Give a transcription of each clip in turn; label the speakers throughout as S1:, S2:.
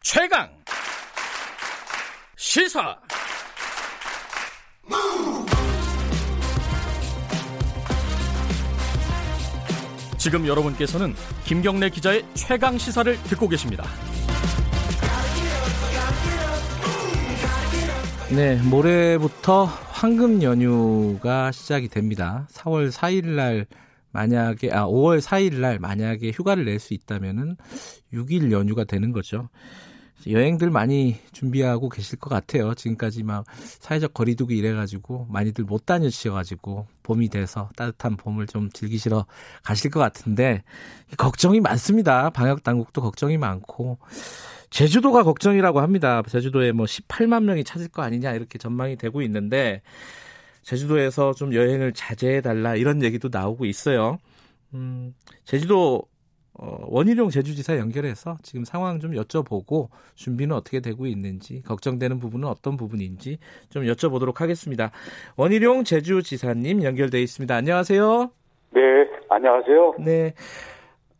S1: 최강 시사 지금 여러분께서는 김경래 기자의 최강 시사를 듣고 계십니다.
S2: 네, 모레부터 황금 연휴가 시작이 됩니다. 4월 4일 날 만약에 아 5월 4일 날 만약에 휴가를 낼 수 있다면은 6일 연휴가 되는 거죠. 여행들 많이 준비하고 계실 것 같아요. 지금까지 막 사회적 거리두기 이래가지고 많이들 못 다니셔가지고 봄이 돼서 따뜻한 봄을 좀 즐기시러 가실 것 같은데 걱정이 많습니다. 방역 당국도 걱정이 많고 제주도가 걱정이라고 합니다. 제주도에 뭐 18만 명이 찾을 거 아니냐 이렇게 전망이 되고 있는데 제주도에서 좀 여행을 자제해 달라 이런 얘기도 나오고 있어요. 음, 제주도 어, 원희룡 제주지사 연결해서 지금 상황 좀 여쭤보고 준비는 어떻게 되고 있는지 걱정되는 부분은 어떤 부분인지 좀 여쭤보도록 하겠습니다. 원희룡 제주지사님 연결돼 있습니다. 안녕하세요.
S3: 네, 안녕하세요.
S2: 네.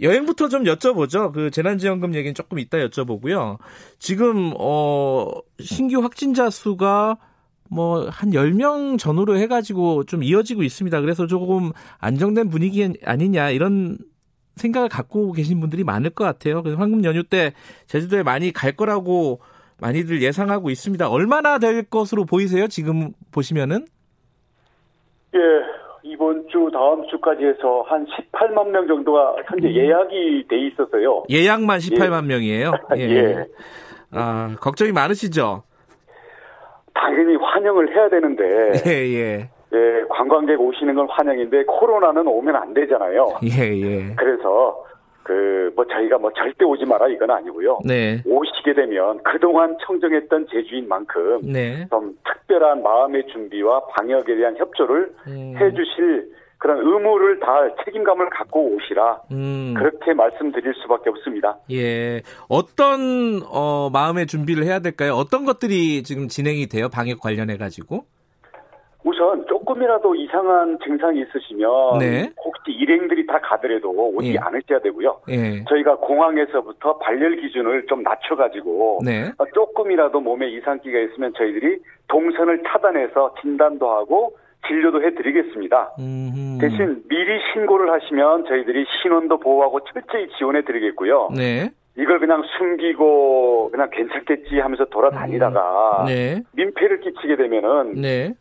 S2: 여행부터 좀 여쭤보죠. 그 재난지원금 얘기는 조금 이따 여쭤보고요. 지금 어 신규 확진자 수가 뭐 한 10명 전후로 해 가지고 좀 이어지고 있습니다. 그래서 조금 안정된 분위기 아니냐 이런 생각을 갖고 계신 분들이 많을 것 같아요. 그래서 황금 연휴 때 제주도에 많이 갈 거라고 많이들 예상하고 있습니다. 얼마나 될 것으로 보이세요? 지금 보시면은
S3: 예, 이번 주 다음 주까지 해서 한 18만 명 정도가 현재 예약이 돼 있어서요.
S2: 예약만 18만 명이에요.
S3: 예. 예.
S2: 아, 걱정이 많으시죠?
S3: 당연히 환영을 해야 되는데
S2: 예, 예.
S3: 예, 관광객 오시는 건 환영인데 코로나는 오면 안 되잖아요.
S2: 예, 예.
S3: 그래서 그 뭐 저희가 뭐 절대 오지 마라 이건 아니고요.
S2: 네.
S3: 오시게 되면 그동안 청정했던 제주인만큼
S2: 네.
S3: 좀 특별한 마음의 준비와 방역에 대한 협조를
S2: 음.
S3: 해주실 그런 의무를 다할 책임감을 갖고 오시라
S2: 음.
S3: 그렇게 말씀드릴 수밖에 없습니다.
S2: 예. 어떤 어 마음의 준비를 해야 될까요? 어떤 것들이 지금 진행이 돼요? 방역 관련해 가지고?
S3: 우선 조금이라도 이상한 증상이 있으시면
S2: 네.
S3: 혹시 일행들이 다 가더라도 오지
S2: 예.
S3: 않으셔야 되고요.
S2: 예.
S3: 저희가 공항에서부터 발열 기준을 좀 낮춰가지고
S2: 네.
S3: 어, 조금이라도 몸에 이상기가 있으면 저희들이 동선을 차단해서 진단도 하고 진료도 해드리겠습니다.
S2: 음.
S3: 대신 미리 신고를 하시면 저희들이 신원도 보호하고 철저히 지원해 드리겠고요.
S2: 네.
S3: 이걸 그냥 숨기고 그냥 괜찮겠지 하면서 돌아다니다가
S2: 네.
S3: 민폐를 끼치게 되면은
S2: 네.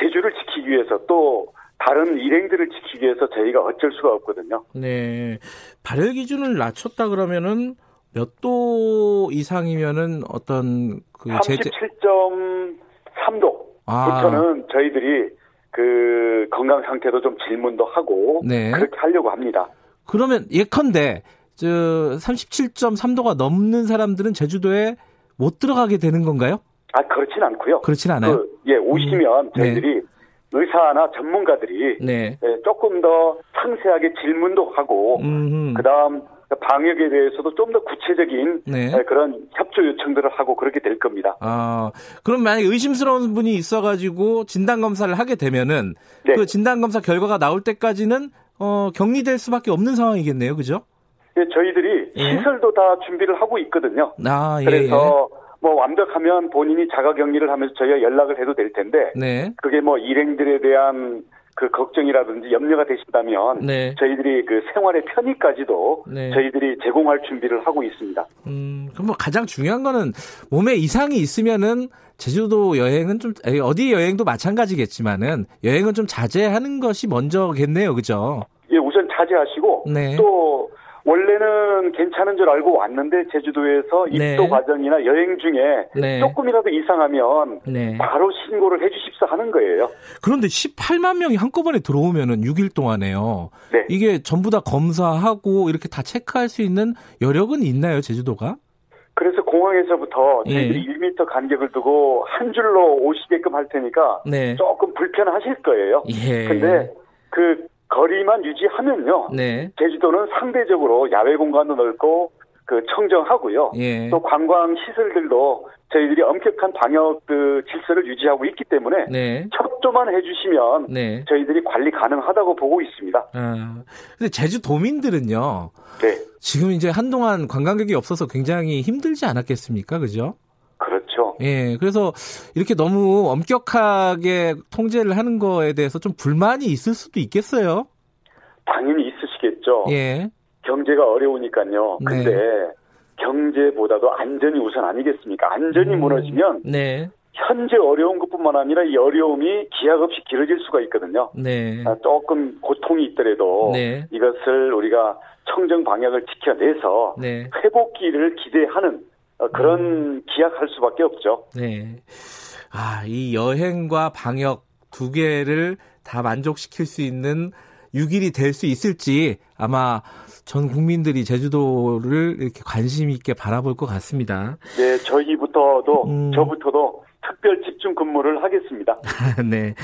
S3: 제주를 지키기 위해서 또 다른 일행들을 지키기 위해서 저희가 어쩔 수가 없거든요.
S2: 네. 발열 기준을 낮췄다 그러면은 몇 도 이상이면은 어떤 그 아. 제재
S3: 37.3도 부터는 저희들이 그 건강 상태도 좀 질문도 하고
S2: 네.
S3: 그렇게 하려고 합니다.
S2: 그러면 예컨대 저 37.3도가 넘는 사람들은 제주도에 못 들어가게 되는 건가요?
S3: 아 그렇진 않고요.
S2: 그렇진 않아요.
S3: 그, 예, 오시면
S2: 네.
S3: 저희들이 의사나 전문가들이
S2: 네.
S3: 예, 조금 더 상세하게 질문도 하고
S2: 음.
S3: 어, 그다음 방역에 대해서도 좀 더 구체적인
S2: 네.
S3: 예, 그런 협조 요청들을 하고 그렇게 될 겁니다.
S2: 아, 그럼 만약에 의심스러운 분이 있어가지고 진단검사를 하게 되면은
S3: 네.
S2: 그 진단검사 결과가 나올 때까지는 어, 격리될 수밖에 없는 상황이겠네요. 그죠?
S3: 예, 저희들이
S2: 예.
S3: 시설도 다 준비를 하고 있거든요.
S2: 아, 예.
S3: 그래서 뭐 완벽하면 본인이 자가 격리를 하면서 저희가 연락을 해도 될 텐데
S2: 예. 네.
S3: 그게 뭐 일행들에 대한 그 걱정이라든지 염려가 되신다면
S2: 네.
S3: 저희들이 그 생활의 편의까지도
S2: 네.
S3: 저희들이 제공할 준비를 하고 있습니다.
S2: 음, 그럼 뭐 가장 중요한 거는 몸에 이상이 있으면은 제주도 여행은 좀 아니, 어디 여행도 마찬가지겠지만은 여행은 좀 자제하는 것이 먼저겠네요. 그죠?
S3: 예, 우선 자제하시고
S2: 네.
S3: 또 원래는 괜찮은 줄 알고 왔는데 제주도에서
S2: 네.
S3: 입도 과정이나 여행 중에
S2: 네.
S3: 조금이라도 이상하면
S2: 네.
S3: 바로 신고를 해주십사 하는 거예요.
S2: 그런데 18만 명이 한꺼번에 들어오면은 6일 동안에요.
S3: 네.
S2: 이게 전부 다 검사하고 이렇게 다 체크할 수 있는 여력은 있나요, 제주도가?
S3: 그래서 공항에서부터
S2: 예.
S3: 저희들이 1m 간격을 두고 한 줄로 오시게끔 할 테니까
S2: 네.
S3: 조금 불편하실 거예요.
S2: 예.
S3: 근데 그 거리만 유지하면요.
S2: 네.
S3: 제주도는 상대적으로 야외 공간도 넓고 그 청정하고요.
S2: 예.
S3: 또 관광 시설들도 저희들이 엄격한 방역 그 질서를 유지하고 있기 때문에
S2: 네.
S3: 첫 협조만 해주시면
S2: 네.
S3: 저희들이 관리 가능하다고 보고 있습니다.
S2: 어, 근데 제주도민들은요.
S3: 네,
S2: 지금 이제 한동안 관광객이 없어서 굉장히 힘들지 않았겠습니까? 그죠?
S3: 그렇죠.
S2: 예, 그래서 이렇게 너무 엄격하게 통제를 하는 거에 대해서 좀 불만이 있을 수도 있겠어요.
S3: 당연히 있으시겠죠.
S2: 예.
S3: 경제가
S2: 네.
S3: 어려우니까요. 근데 경제보다도 안전이 우선 아니겠습니까? 안전이
S2: 음.
S3: 무너지면
S2: 네.
S3: 현재 어려운 것뿐만 아니라 이 어려움이 기약없이 길어질 수가 있거든요.
S2: 네.
S3: 아, 어. 조금 고통이 있더라도
S2: 네.
S3: 이것을 우리가 청정 방향을 지켜내서
S2: 네.
S3: 회복기를 기대하는 어, 그런
S2: 음.
S3: 기약할 수밖에 없죠.
S2: 네. 아, 이 여행과 방역 두 개를 다 만족시킬 수 있는 6일이 될 수 있을지 아마 전 국민들이 제주도를 이렇게 관심 있게 바라볼 것 같습니다.
S3: 네, 저희부터도
S2: 음.
S3: 저부터도 특별 집중 근무를 하겠습니다.
S2: 네.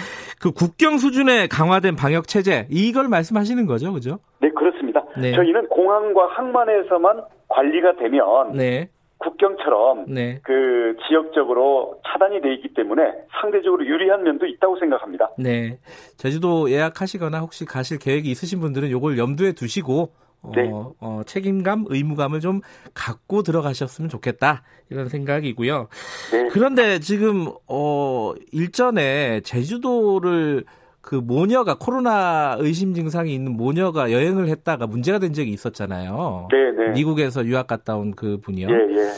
S2: 그 국경 수준의 강화된 방역 체제 이걸 말씀하시는 거죠. 그죠?
S3: 네, 그렇습니다.
S2: 네.
S3: 저희는 공항과 항만에서만 관리가 되면
S2: 네.
S3: 국경처럼
S2: 네.
S3: 그 지역적으로 차단이 돼 있기 때문에 상대적으로 유리한 면도 있다고 생각합니다.
S2: 네. 제주도 예약하시거나 혹시 가실 계획이 있으신 분들은 요걸 염두에 두시고 어,
S3: 네.
S2: 어, 책임감, 의무감을 좀 갖고 들어가셨으면 좋겠다. 이런 생각이고요.
S3: 네.
S2: 그런데 지금 어 일전에 제주도를 그 모녀가 코로나 의심 증상이 있는 모녀가 여행을 했다가 문제가 된 적이 있었잖아요.
S3: 네, 네.
S2: 미국에서 유학 갔다 온 그 분이요.
S3: 예, 예.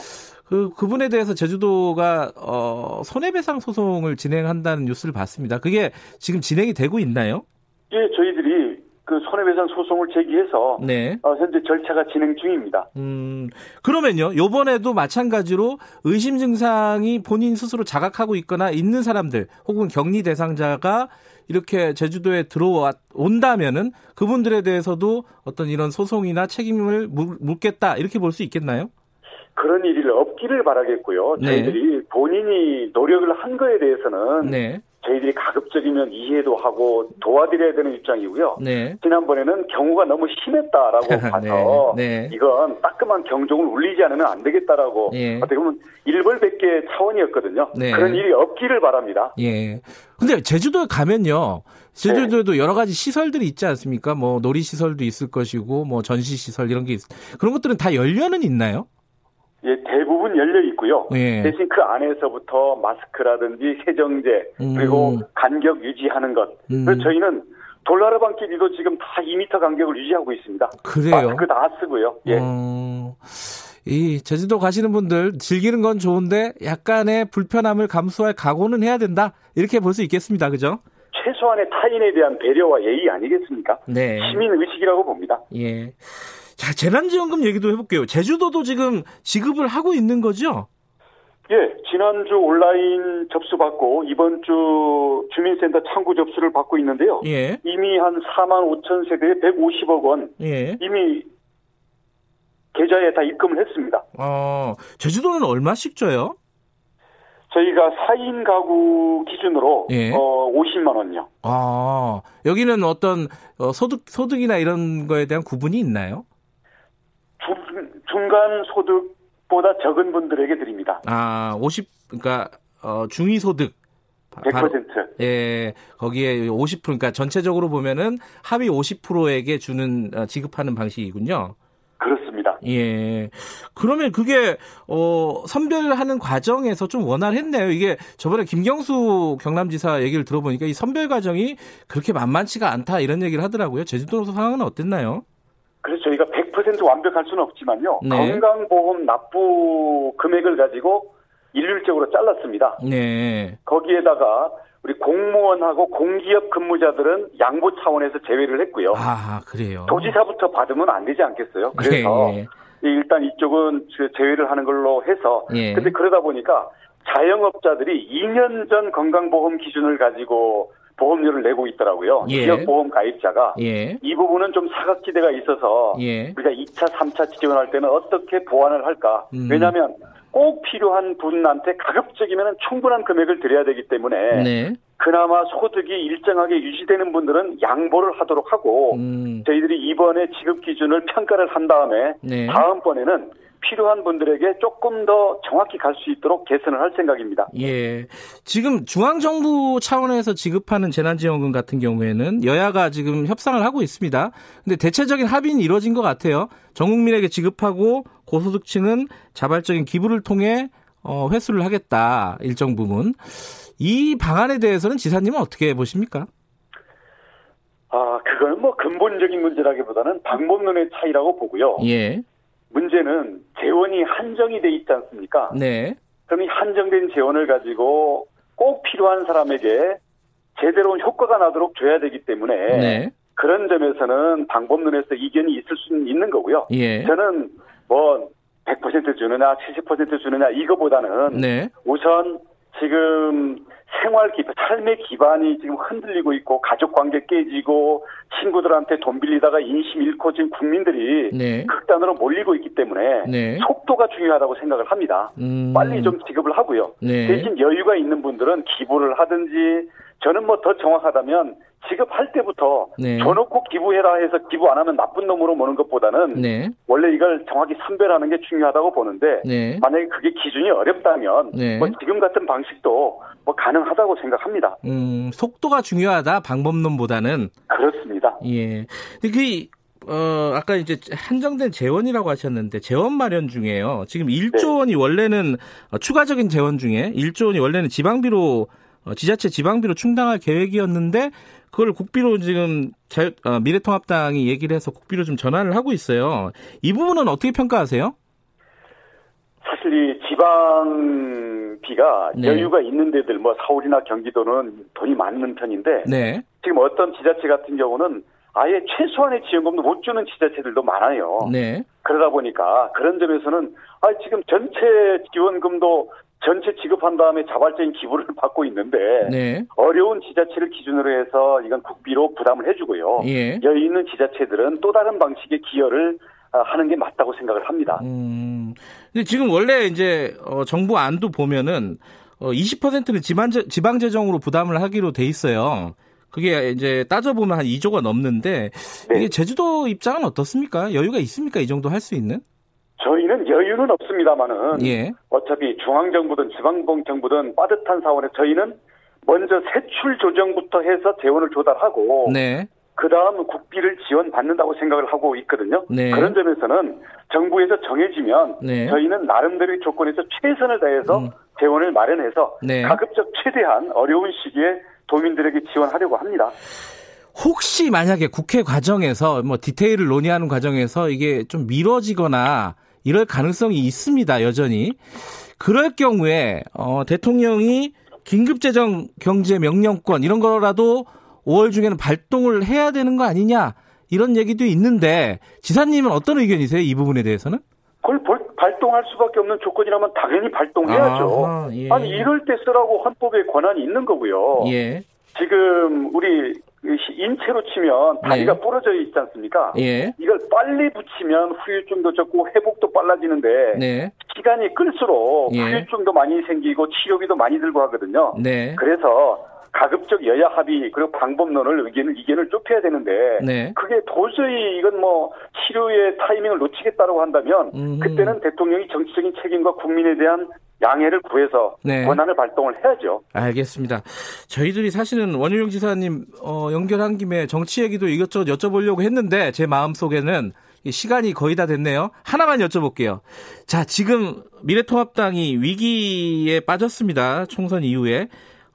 S2: 그 그분에 대해서 제주도가 어 손해배상 소송을 진행한다는 뉴스를 봤습니다. 그게 지금 진행이 되고 있나요?
S3: 예, 저희들이 그 손해배상 소송을 제기해서
S2: 네.
S3: 어, 현재 절차가 진행 중입니다.
S2: 음 그러면요. 요번에도 마찬가지로 의심 증상이 본인 스스로 자각하고 있거나 있는 사람들 혹은 격리 대상자가 이렇게 제주도에 들어온다면은 그분들에 대해서도 어떤 이런 소송이나 책임을 물- 묻겠다 이렇게 볼 수 있겠나요?
S3: 그런 일이 없기를 바라겠고요.
S2: 네.
S3: 저희들이 본인이 노력을 한 거에 대해서는
S2: 네.
S3: 저희들이 가급적이면 이해도 하고 도와드려야 되는 입장이고요.
S2: 네.
S3: 지난번에는 경우가 너무 심했다라고 봐서
S2: 네.
S3: 이건 따끔한 경종을 울리지 않으면 안 되겠다라고
S2: 예.
S3: 어떻게 보면 일벌백계 차원이었거든요.
S2: 네.
S3: 그런 일이 없기를 바랍니다.
S2: 예. 근데 제주도에 가면요. 제주도에도 여러 가지 시설들이 있지 않습니까? 뭐 놀이 시설도 있을 것이고 뭐 전시 시설 이런 게 있... 그런 것들은 다 열려는 있나요?
S3: 예, 대부분 열려 있고요.
S2: 예.
S3: 대신 그 안에서부터 마스크라든지 세정제 그리고
S2: 음.
S3: 간격 유지하는 것.
S2: 음.
S3: 그래서 저희는 돌나르방 길이도 지금 다 2m 간격을 유지하고 있습니다.
S2: 그래요.
S3: 마스크 다 쓰고요. 아, 예.
S2: 어, 이 제주도 가시는 분들 즐기는 건 좋은데 약간의 불편함을 감수할 각오는 해야 된다. 이렇게 볼 수 있겠습니다. 그죠?
S3: 최소한의 타인에 대한 배려와 예의 아니겠습니까?
S2: 네.
S3: 시민 의식이라고 봅니다.
S2: 예. 자, 재난지원금 얘기도 해볼게요. 제주도도 지금 지급을 하고 있는 거죠?
S3: 예, 지난주 온라인 접수받고 이번 주 주민센터 창구 접수를 받고 있는데요.
S2: 예.
S3: 이미 한 4만 5천 세대에 150억 원
S2: 예.
S3: 이미 계좌에 다 입금을 했습니다.
S2: 어, 제주도는 얼마씩 줘요?
S3: 저희가 4인 가구 기준으로
S2: 예.
S3: 어, 50만 원요.
S2: 아, 여기는 어떤 어, 소득 소득이나 이런 거에 대한 구분이 있나요?
S3: 중, 중간 소득보다 적은 분들에게 드립니다.
S2: 아, 50 그러니까 어, 중위 소득 아, 바-
S3: 100%.
S2: 바로- 예, 거기에 50% 그러니까 전체적으로 보면은 하위 50%에게 주는 어, 지급하는 방식이군요.
S3: 그렇습니다.
S2: 예. 그러면 그게 어 선별하는 과정에서 좀 원활했네요. 이게 저번에 김경수 경남지사 얘기를 들어보니까 이 선별 과정이 그렇게 만만치가 않다 이런 얘기를 하더라고요. 제주도 상황은 어땠나요?
S3: 그래서 저희가 100% 완벽할 수는 없지만요.
S2: 네.
S3: 건강보험 납부 금액을 가지고 일률적으로 잘랐습니다.
S2: 네.
S3: 거기에다가 우리 공무원하고 공기업 근무자들은 양보 차원에서 제외를 했고요.
S2: 아, 그래요.
S3: 어. 도지사부터 받으면 안 되지 않겠어요? 그래서
S2: 예,
S3: 일단 이쪽은 제- 제외를 하는 걸로 해서
S2: 예.
S3: 근데 그러다 보니까 자영업자들이 2년 전 건강보험 기준을 가지고 보험료를 내고 있더라고요.
S2: 예.
S3: 지역보험 가입자가
S2: 예.
S3: 이 부분은 좀 사각지대가 있어서
S2: 예.
S3: 우리가 그러니까 2차, 3차 지원할 때는 어떻게 보완을 할까?
S2: 음.
S3: 왜냐하면 꼭 필요한 분한테 가급적이면 충분한 금액을 드려야 되기 때문에
S2: 네.
S3: 그나마 소득이 일정하게 유지되는 분들은 양보를 하도록 하고
S2: 음.
S3: 저희들이 이번에 지급 기준을 평가를 한 다음에
S2: 네.
S3: 다음번에는 필요한 분들에게 조금 더 정확히 갈 수 있도록 개선을 할 생각입니다.
S2: 예. 지금 중앙정부 차원에서 지급하는 재난지원금 같은 경우에는 여야가 지금 협상을 하고 있습니다. 근데 대체적인 합의는 이루어진 것 같아요. 전 국민에게 지급하고 고소득층은 자발적인 기부를 통해 어, 회수를 하겠다. 일정 부분. 이 방안에 대해서는 지사님은 어떻게 보십니까?
S3: 아, 그걸 뭐 근본적인 문제라기보다는 방법론의 차이라고 보고요.
S2: 예.
S3: 문제는 재원이 한정이 돼 있지 않습니까?
S2: 네.
S3: 그럼 이 한정된 재원을 가지고 꼭 필요한 사람에게 제대로 효과가 나도록 줘야 되기 때문에
S2: 네.
S3: 그런 점에서는 방법론에서 이견이 있을 수는 있는 거고요.
S2: 예.
S3: 저는 뭐 100% 주느냐 70% 주느냐 이거보다는
S2: 네.
S3: 우선 지금 생활 기반, 삶의 기반이 지금 흔들리고 있고 가족 관계 깨지고 친구들한테 돈 빌리다가 인심 잃고 지금 국민들이
S2: 네.
S3: 극단으로 몰리고 있기 때문에
S2: 네.
S3: 속도가 중요하다고 생각을 합니다.
S2: 음.
S3: 빨리 좀 지급을 하고요.
S2: 네.
S3: 대신 여유가 있는 분들은 기부를 하든지 저는 뭐 더 정확하다면 지급할 때부터
S2: 네.
S3: 줘놓고 기부해라 해서 기부 안 하면 나쁜 놈으로 보는 것보다는
S2: 네.
S3: 원래 이걸 정확히 선별하는 게 중요하다고 보는데
S2: 네.
S3: 만약에 그게 기준이 어렵다면
S2: 네.
S3: 뭐 지금 같은 방식도 뭐 가능하다고 생각합니다.
S2: 음, 속도가 중요하다. 방법론보다는
S3: 그렇습니다.
S2: 예. 근데 그, 어, 아까 이제 한정된 재원이라고 하셨는데, 재원 마련 중에요. 지금
S3: 네.
S2: 1조 원이 원래는, 어, 추가적인 재원 중에 1조 원이 원래는 지방비로, 어, 지자체 지방비로 충당할 계획이었는데, 그걸 국비로 지금 자유, 어, 미래통합당이 얘기를 해서 국비로 좀 전환을 하고 있어요. 이 부분은 어떻게 평가하세요?
S3: 사실 이 지방 비가
S2: 네.
S3: 여유가 있는 데들 뭐 서울이나 경기도는 돈이 많은 편인데
S2: 네.
S3: 지금 어떤 지자체 같은 경우는 아예 최소한의 지원금도 못 주는 지자체들도 많아요.
S2: 네.
S3: 그러다 보니까 그런 점에서는 아 지금 전체 지원금도 전체 지급한 다음에 자발적인 기부를 받고 있는데
S2: 네.
S3: 어려운 지자체를 기준으로 해서 이건 국비로 부담을 해주고요.
S2: 예.
S3: 여유 있는 지자체들은 또 다른 방식의 기여를 아, 하는 게 맞다고 생각을 합니다.
S2: 음. 근데 지금 원래 이제 어, 정부 안도 보면은 어, 20%는 지방 지방 재정으로 부담을 하기로 돼 있어요. 그게 이제 따져 보면 한 2조가 넘는데
S3: 네.
S2: 이게 제주도 입장은 어떻습니까? 여유가 있습니까? 이 정도 할 수 있는?
S3: 저희는 여유는 없습니다만은
S2: 예.
S3: 어차피 중앙정부든 지방정부든 빠듯한 사원에 저희는 먼저 세출 조정부터 해서 재원을 조달하고
S2: 네.
S3: 그 다음 국비를 지원받는다고 생각을 하고 있거든요.
S2: 네.
S3: 그런 점에서는 정부에서 정해지면
S2: 네.
S3: 저희는 나름대로의 조건에서 최선을 다해서
S2: 음.
S3: 재원을 마련해서
S2: 네.
S3: 가급적 최대한 어려운 시기에 도민들에게 지원하려고 합니다.
S2: 혹시 만약에 국회 과정에서 뭐 디테일을 논의하는 과정에서 이게 좀 미뤄지거나 이럴 가능성이 있습니다. 여전히 그럴 경우에 어, 대통령이 긴급재정 경제 명령권 이런 거라도 5월 중에는 발동을 해야 되는 거 아니냐 이런 얘기도 있는데 지사님은 어떤 의견이세요? 이 부분에 대해서는?
S3: 그걸 벌- 발동할 수밖에 없는 조건이라면 당연히 발동해야죠.
S2: 아하, 예.
S3: 아니 이럴 때 쓰라고 헌법에 권한이 있는 거고요.
S2: 예,
S3: 지금 우리 그 인체로 치면 다리가
S2: 네.
S3: 부러져 있지 않습니까?
S2: 예,
S3: 이걸 빨리 붙이면 후유증도 적고 회복도 빨라지는데
S2: 네,
S3: 시간이 끌수록
S2: 예.
S3: 후유증도 많이 생기고 치료비도 많이 들고 하거든요.
S2: 네,
S3: 그래서 가급적 여야 합의 그리고 방법론을 의견을 이견을 좁혀야 되는데
S2: 네.
S3: 그게 도저히 이건 뭐 치료의 타이밍을 놓치겠다라고 한다면
S2: 음.
S3: 그때는 대통령이 정치적인 책임과 국민에 대한 양해를 구해서
S2: 네.
S3: 권한을 발동을 해야죠.
S2: 알겠습니다. 저희들이 사실은 원효영 지사님 어, 연결한 김에 정치 얘기도 이것저것 여쭤보려고 했는데 제 마음 속에는 시간이 거의 다 됐네요. 하나만 여쭤볼게요. 자, 지금 미래통합당이 위기에 빠졌습니다. 총선 이후에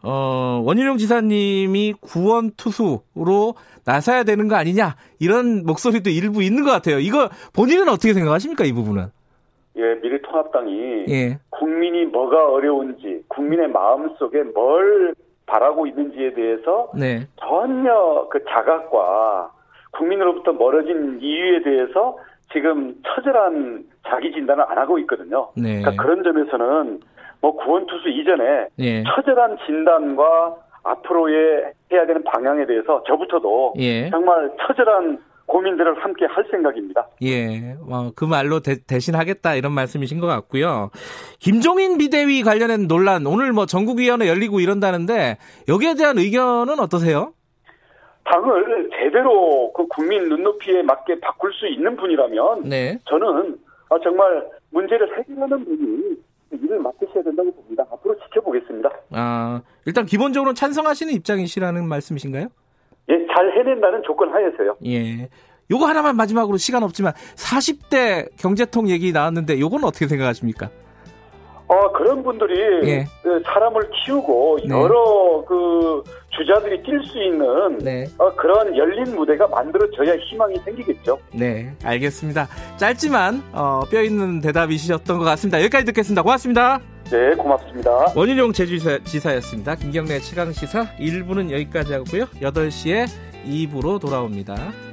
S2: 어, 원효영 지사님이 구원 투수로 나서야 되는 거 아니냐 이런 목소리도 일부 있는 것 같아요. 이거 본인은 어떻게 생각하십니까 이 부분은?
S3: 예, 미래통합당이
S2: 예,
S3: 국민이 뭐가 어려운지 국민의 마음 속에 뭘 바라고 있는지에 대해서
S2: 네,
S3: 전혀 그 자각과 국민으로부터 멀어진 이유에 대해서 지금 처절한 자기 진단을 안 하고 있거든요.
S2: 네,
S3: 그러니까 그런 점에서는 뭐 구원투수 이전에
S2: 예,
S3: 처절한 진단과 앞으로의 해야 되는 방향에 대해서 저부터도
S2: 예.
S3: 정말 처절한 고민들을 함께 할 생각입니다.
S2: 예, 어, 그 말로 대, 대신하겠다 이런 말씀이신 것 같고요. 김종인 비대위 관련된 논란 오늘 뭐 전국위원회 열리고 이런다는데 여기에 대한 의견은 어떠세요?
S3: 당을 제대로 그 국민 눈높이에 맞게 바꿀 수 있는 분이라면
S2: 네,
S3: 저는 아, 정말 문제를 해결하는 분이 일을 맡으셔야 된다고 봅니다. 앞으로 지켜보겠습니다.
S2: 아, 일단 기본적으로 찬성하시는 입장이시라는 말씀이신가요?
S3: 예, 잘 해낸다는 조건 하에서요.
S2: 예. 요거 하나만 마지막으로 시간 없지만 40대 경제통 얘기 나왔는데 요건 어떻게 생각하십니까?
S3: 어, 그런 분들이
S2: 예.
S3: 그 사람을 키우고
S2: 네.
S3: 여러 그 주자들이 뛸 수 있는
S2: 네.
S3: 어, 그런 열린 무대가 만들어져야 희망이 생기겠죠.
S2: 네, 알겠습니다. 짧지만 어, 뼈 있는 대답이셨던 것 같습니다. 여기까지 듣겠습니다. 고맙습니다.
S3: 네, 고맙습니다.
S2: 원희룡 제주지사, 였습니다 김경래 최강시사 1부는 여기까지 하고요. 8시에 2부로 돌아옵니다.